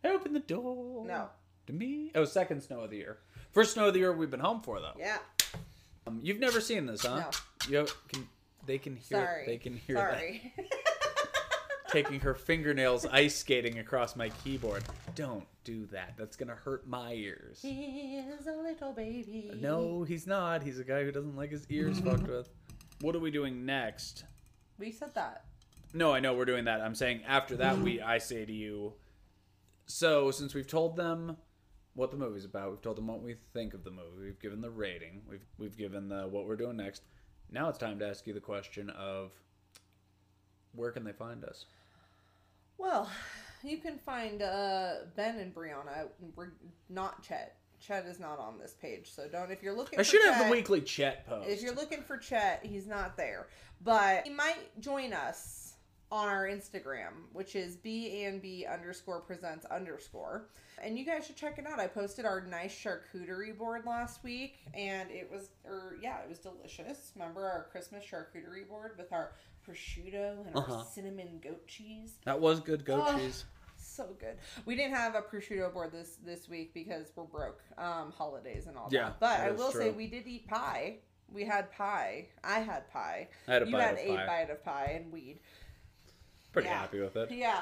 Open the door.
No.
To me. Oh, second snow of the year. First snow of the year we've been home for, though.
Yeah.
Um, you've never seen this, huh?
No.
You have- can, they can hear.
Sorry.
They can hear that.
Sorry.
[LAUGHS]
[LAUGHS]
Taking her fingernails ice skating across my keyboard. Don't do that. That's gonna hurt my ears.
he is a little baby.
No, he's not. He's a guy who doesn't like his [LAUGHS] ears fucked with. What are we doing next?
We said that.
No, I know we're doing that. I'm saying after that we I say to you So since we've told them what the movie's about, we've told them what we think of the movie, we've given the rating, we've we've given the what we're doing next. Now it's time to ask you the question of where can they find us?
Well, you can find uh, Ben and Brianna, We're not Chet. Chet is not on this page, so don't. If you're looking,
I
for
should have
Chet-
the weekly chat post.
If you're looking for Chet, he's not there, but he might join us on our Instagram, which is b and b underscore presents underscore. And you guys should check it out. I posted our nice charcuterie board last week, and it was, or yeah, it was delicious. Remember our Christmas charcuterie board with our prosciutto and our cinnamon goat cheese.
that was good goat
Oh,
cheese.
So good. We didn't have a prosciutto board this this week because we're broke, um, holidays and all
Yeah,
that. But
that
I
is
will say
true.
we did eat pie. We had pie. I had pie.
I had a
you
bite
had
of
a
pie.
bite of pie and weed.
Pretty
yeah.
happy with it.
Yeah,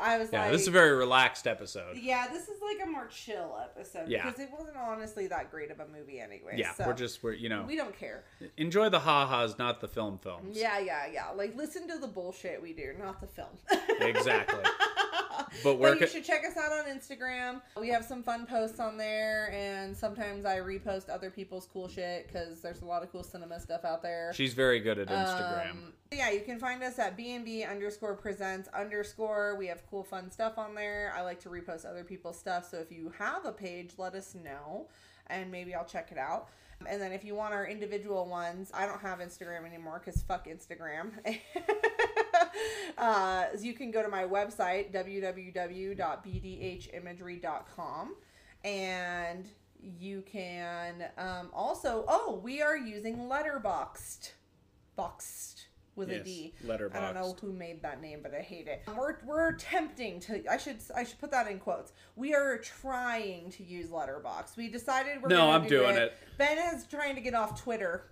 I was
Yeah,
like,
this is a very relaxed episode.
yeah, this is like a more chill episode
Yeah.
because it wasn't honestly that great of a movie anyway.
Yeah,
so
we're just we're you know
we don't care.
enjoy the ha-has, not the film films.
Yeah, yeah, yeah. Like listen to the bullshit we do, not the film. [LAUGHS]
Exactly. But where
But you
can
should check us out on Instagram. We have some fun posts on there, and sometimes I repost other people's cool shit because there's a lot of cool cinema stuff out there.
She's very good at Instagram.
yeah, you can find us at BNB underscore presents underscore. We have cool, fun stuff on there. I like to repost other people's stuff, so if you have a page, let us know. and maybe I'll check it out. And then if you want our individual ones, I don't have Instagram anymore because fuck Instagram. [LAUGHS] uh, you can go to my website, www.bdhimagery.com, and you can um, also, oh, we are using Letterboxed. Boxed with a
Yes,
D. I don't
Letterboxd.
know who made that name, but I hate it. We're we're attempting to. I should I should put that in quotes. We are trying to use Letterbox. We decided we're
No,
gonna
I'm
do
doing
it. Ben is trying to get off Twitter,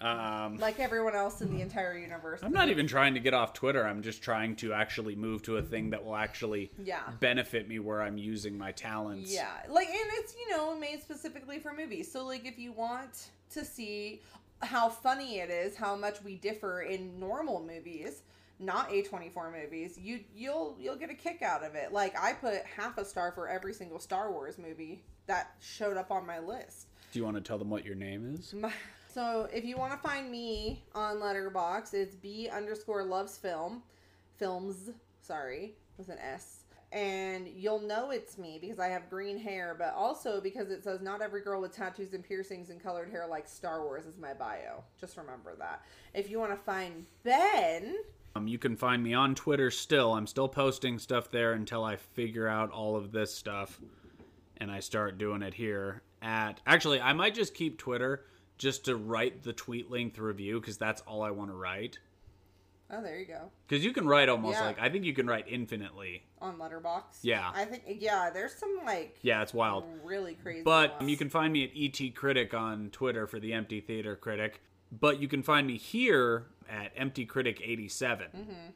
Um,
like everyone else in the entire universe.
I'm not even trying to get off Twitter. I'm just trying to actually move to a thing that will actually
Yeah.
benefit me where I'm using my talents.
Yeah, like and it's you know made specifically for movies. So like if you want to see how funny it is, how much we differ in normal movies, not A twenty four movies, you you'll you'll get a kick out of it. Like I put half a star for every single Star Wars movie that showed up on my list.
Do you want to tell them what your name is?
My- so if you want to find me on Letterbox, it's B underscore loves film, films. Sorry, with an S. And you'll know it's me because I have green hair, but also because it says not every girl with tattoos and piercings and colored hair likes Star Wars is my bio. Just remember that. If you want to find Ben,
Um, you can find me on Twitter still. I'm still posting stuff there until I figure out all of this stuff and I start doing it here at Actually, I might just keep Twitter just to write the tweet length review cuz that's all I want to write.
oh there you go
Cuz you can write almost
Yeah.
like I think you can write infinitely.
on Letterbox.
Yeah.
I think yeah. There's some like
Yeah, it's wild.
really crazy.
But
ones.
um, you can find me at ET Critic on Twitter for the Empty Theater Critic. But you can find me here at Empty Critic 87.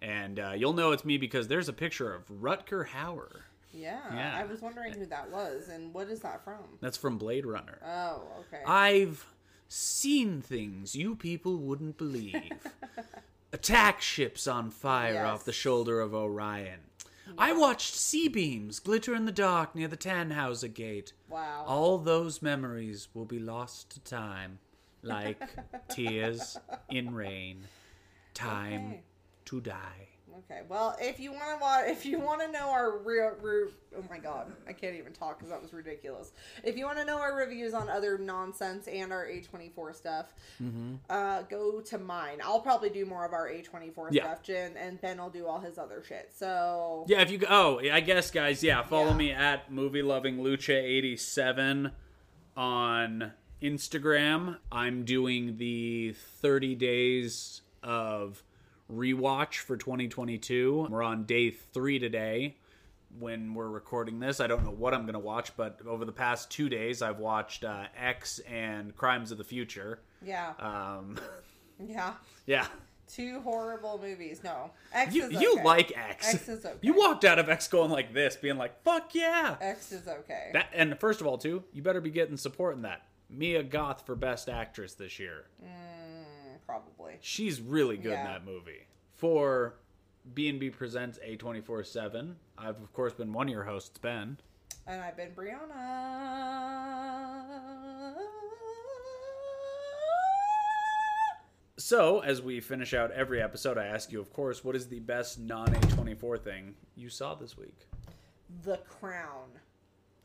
And uh, you'll know it's me because there's a picture of Rutger Hauer.
yeah,
Yeah.
I was wondering who that was and what is that from?
That's from Blade Runner.
Oh okay.
I've seen things you people wouldn't
[LAUGHS]
believe. Attack ships on fire off
Yes.
the shoulder of Orion. I watched sea beams glitter in the dark near the Tannhauser Gate.
Wow.
All those memories will be lost to time,
[LAUGHS]
like tears in rain. Time
Okay.
to die.
Okay. Well, if you want to watch, [LAUGHS] if you want to know our real, real, oh my god, I can't even talk because that was ridiculous. If you want to know our reviews on other nonsense and our A twenty four stuff,
Mm-hmm.
uh, go to mine. I'll probably do more of our A twenty four
Yeah.
stuff, Jen, and Ben will do all his other shit. So
Yeah, if you go, oh, I guess guys, yeah, follow
Yeah.
me at movie loving lucha 87 on Instagram. I'm doing the 30 days of rewatch for 2022. We're on day 3 today when we're recording this. I don't know what I'm going to watch, but over the past 2 days I've watched uh, X and Crimes of the Future.
yeah,
Um [LAUGHS]
yeah.
yeah.
Two horrible movies. No, X
You
is
you
okay.
like X.
X is okay.
You walked out of X going like this being like, "Fuck yeah."
X is okay.
That and first of all, too, you better be getting support in that. Mia Goth for Best Actress this year.
probably.
She's really good in
Yeah.
that movie. For B and B presents A twenty four seven. I've of course been one of your hosts, Ben.
And I've been Brianna.
So as we finish out every episode, I ask you, of course, what is the best non A twenty four thing you saw this week?
The Crown.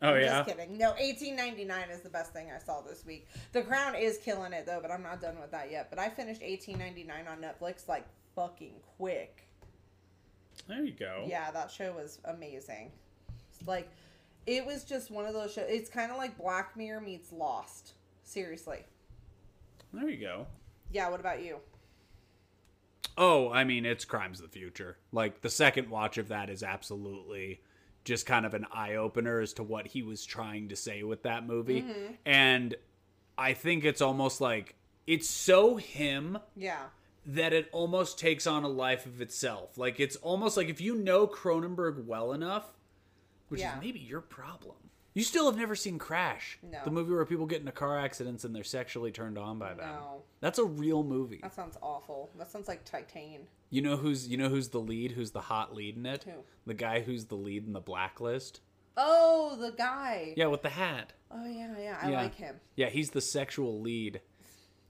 Oh yeah,
Just kidding. No, 1899 is the best thing I saw this week. The Crown is killing it though, but I'm not done with that yet. But I finished 1899 on Netflix like fucking quick.
there you go.
Yeah, that show was amazing. Like it was just one of those shows. It's kind of like Black Mirror meets Lost. Seriously.
there you go.
Yeah, what about you?
Oh, I mean, it's Crimes of the Future. Like, the second watch of that is absolutely just kind of an eye opener as to what he was trying to say with that movie.
Mm-hmm.
And I think it's almost like it's so him
Yeah.
that it almost takes on a life of itself. Like, it's almost like if you know Cronenberg well enough, which
Yeah.
is maybe your problem. You still have never seen Crash,
No.
the movie where people get into car accidents and they're sexually turned on by them.
No.
That's a real movie.
That sounds awful. That sounds like Titan.
You know who's you know who's the lead? Who's the hot lead in it?
Who?
The guy who's the lead in the blacklist.
Oh, the guy.
Yeah, with the hat.
Oh yeah, yeah. I
yeah.
like him.
Yeah, he's the sexual lead.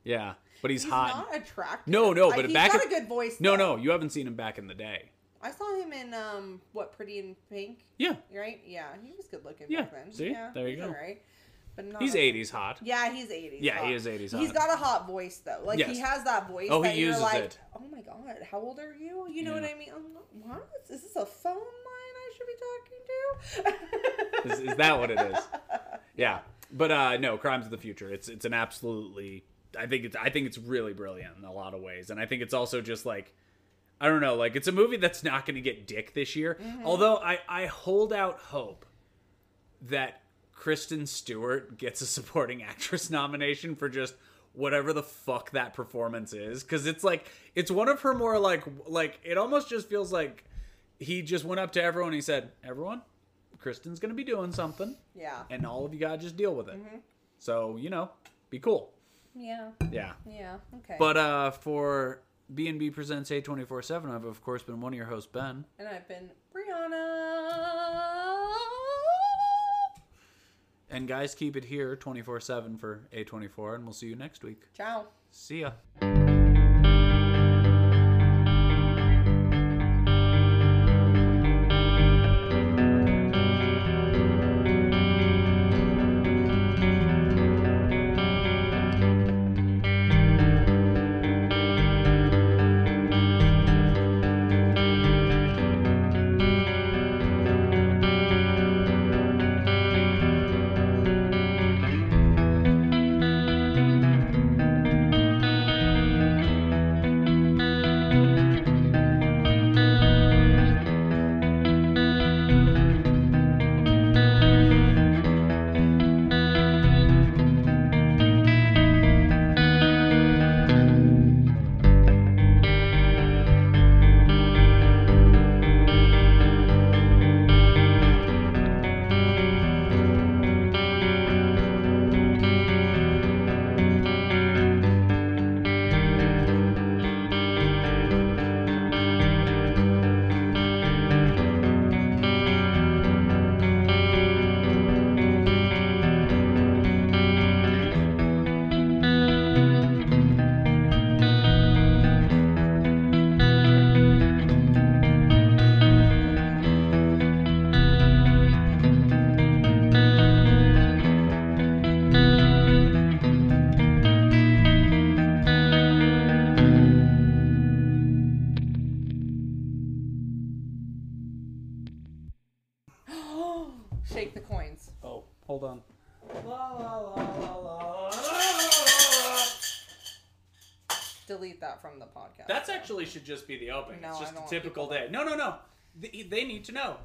Yeah, but he's,
He's
hot.
not attractive.
No, no,
I-
but
he's
back
got
in-
a good voice.
no,
though.
no, you haven't seen him back in the day.
I saw him in um what Pretty in Pink,
Yeah,
right? Yeah, he was good looking
Yeah,
back then.
see?
yeah,
There you
he's
go.
All right. But not
He's
a-
80s hot.
Yeah, he's 80s.
Yeah,
hot.
he is 80s
He's
hot.
got a hot voice though. Like he
Yes.
has that voice.
Oh, he
that you're
uses
like,
it.
Oh my god, how old are you? You know what I mean? I'm not, what is this a phone line I should be talking to? [LAUGHS]
Is, is that what it is? Yeah. But uh no, Crimes of the Future. It's it's an absolutely I think it's I think it's really brilliant in a lot of ways. And I think it's also just like I don't know, like it's a movie that's not going to get dick this year. Although I I hold out hope that Kristen Stewart gets a supporting actress nomination for just whatever the fuck that performance is cuz it's like it's one of her more like like it almost just feels like he just went up to everyone and he said, "Everyone, Kristen's going to be doing something."
yeah.
and all of you gotta just deal with it. So you know, be cool.
Yeah.
Yeah.
Yeah. Okay.
But uh, for B and B presents A twenty four seven, I've of course been one of your hosts, Ben.
and I've been Brianna.
And guys, keep it here twenty four seven for A twenty four, and we'll see you next week.
Ciao.
See ya.
Shake the coins.
Oh, hold on.
Delete that from the podcast.
That's actually should just be the opening.
No,
it's
I
just
don't
a
want
typical day. No, no, no. They, they need to know.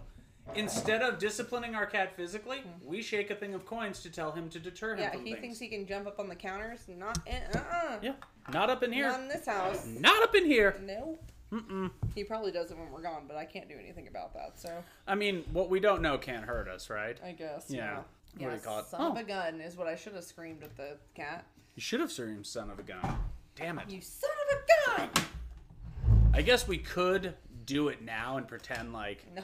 Instead of disciplining our cat physically, we shake a thing of coins to tell him to deter him
Mm-hmm. yeah,
from
he
things.
thinks he can jump up on the counters. Not in, uh-uh.
yeah, not up in here.
Not in this house.
Not up in here.
Nope. Mm-mm. He probably does it when we're gone, but I can't do anything about that. So
I mean, what we don't know can't hurt us, right?
I guess.
Yeah.
Yeah.
What do you call it?
Son of
Oh.
a gun is what I should have screamed at the cat.
You should have screamed son of a gun. Damn it.
You son of a gun! [LAUGHS]
I guess we could do it now and
[LAUGHS]
pretend like
No.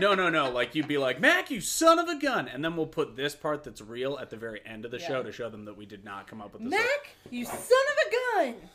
no, no, no. Like you'd be like, Mac, you son of a gun, and then we'll put this part that's real at the very end of the
Yeah.
show to show them that we did not come up with this.
Mac, you son of a gun!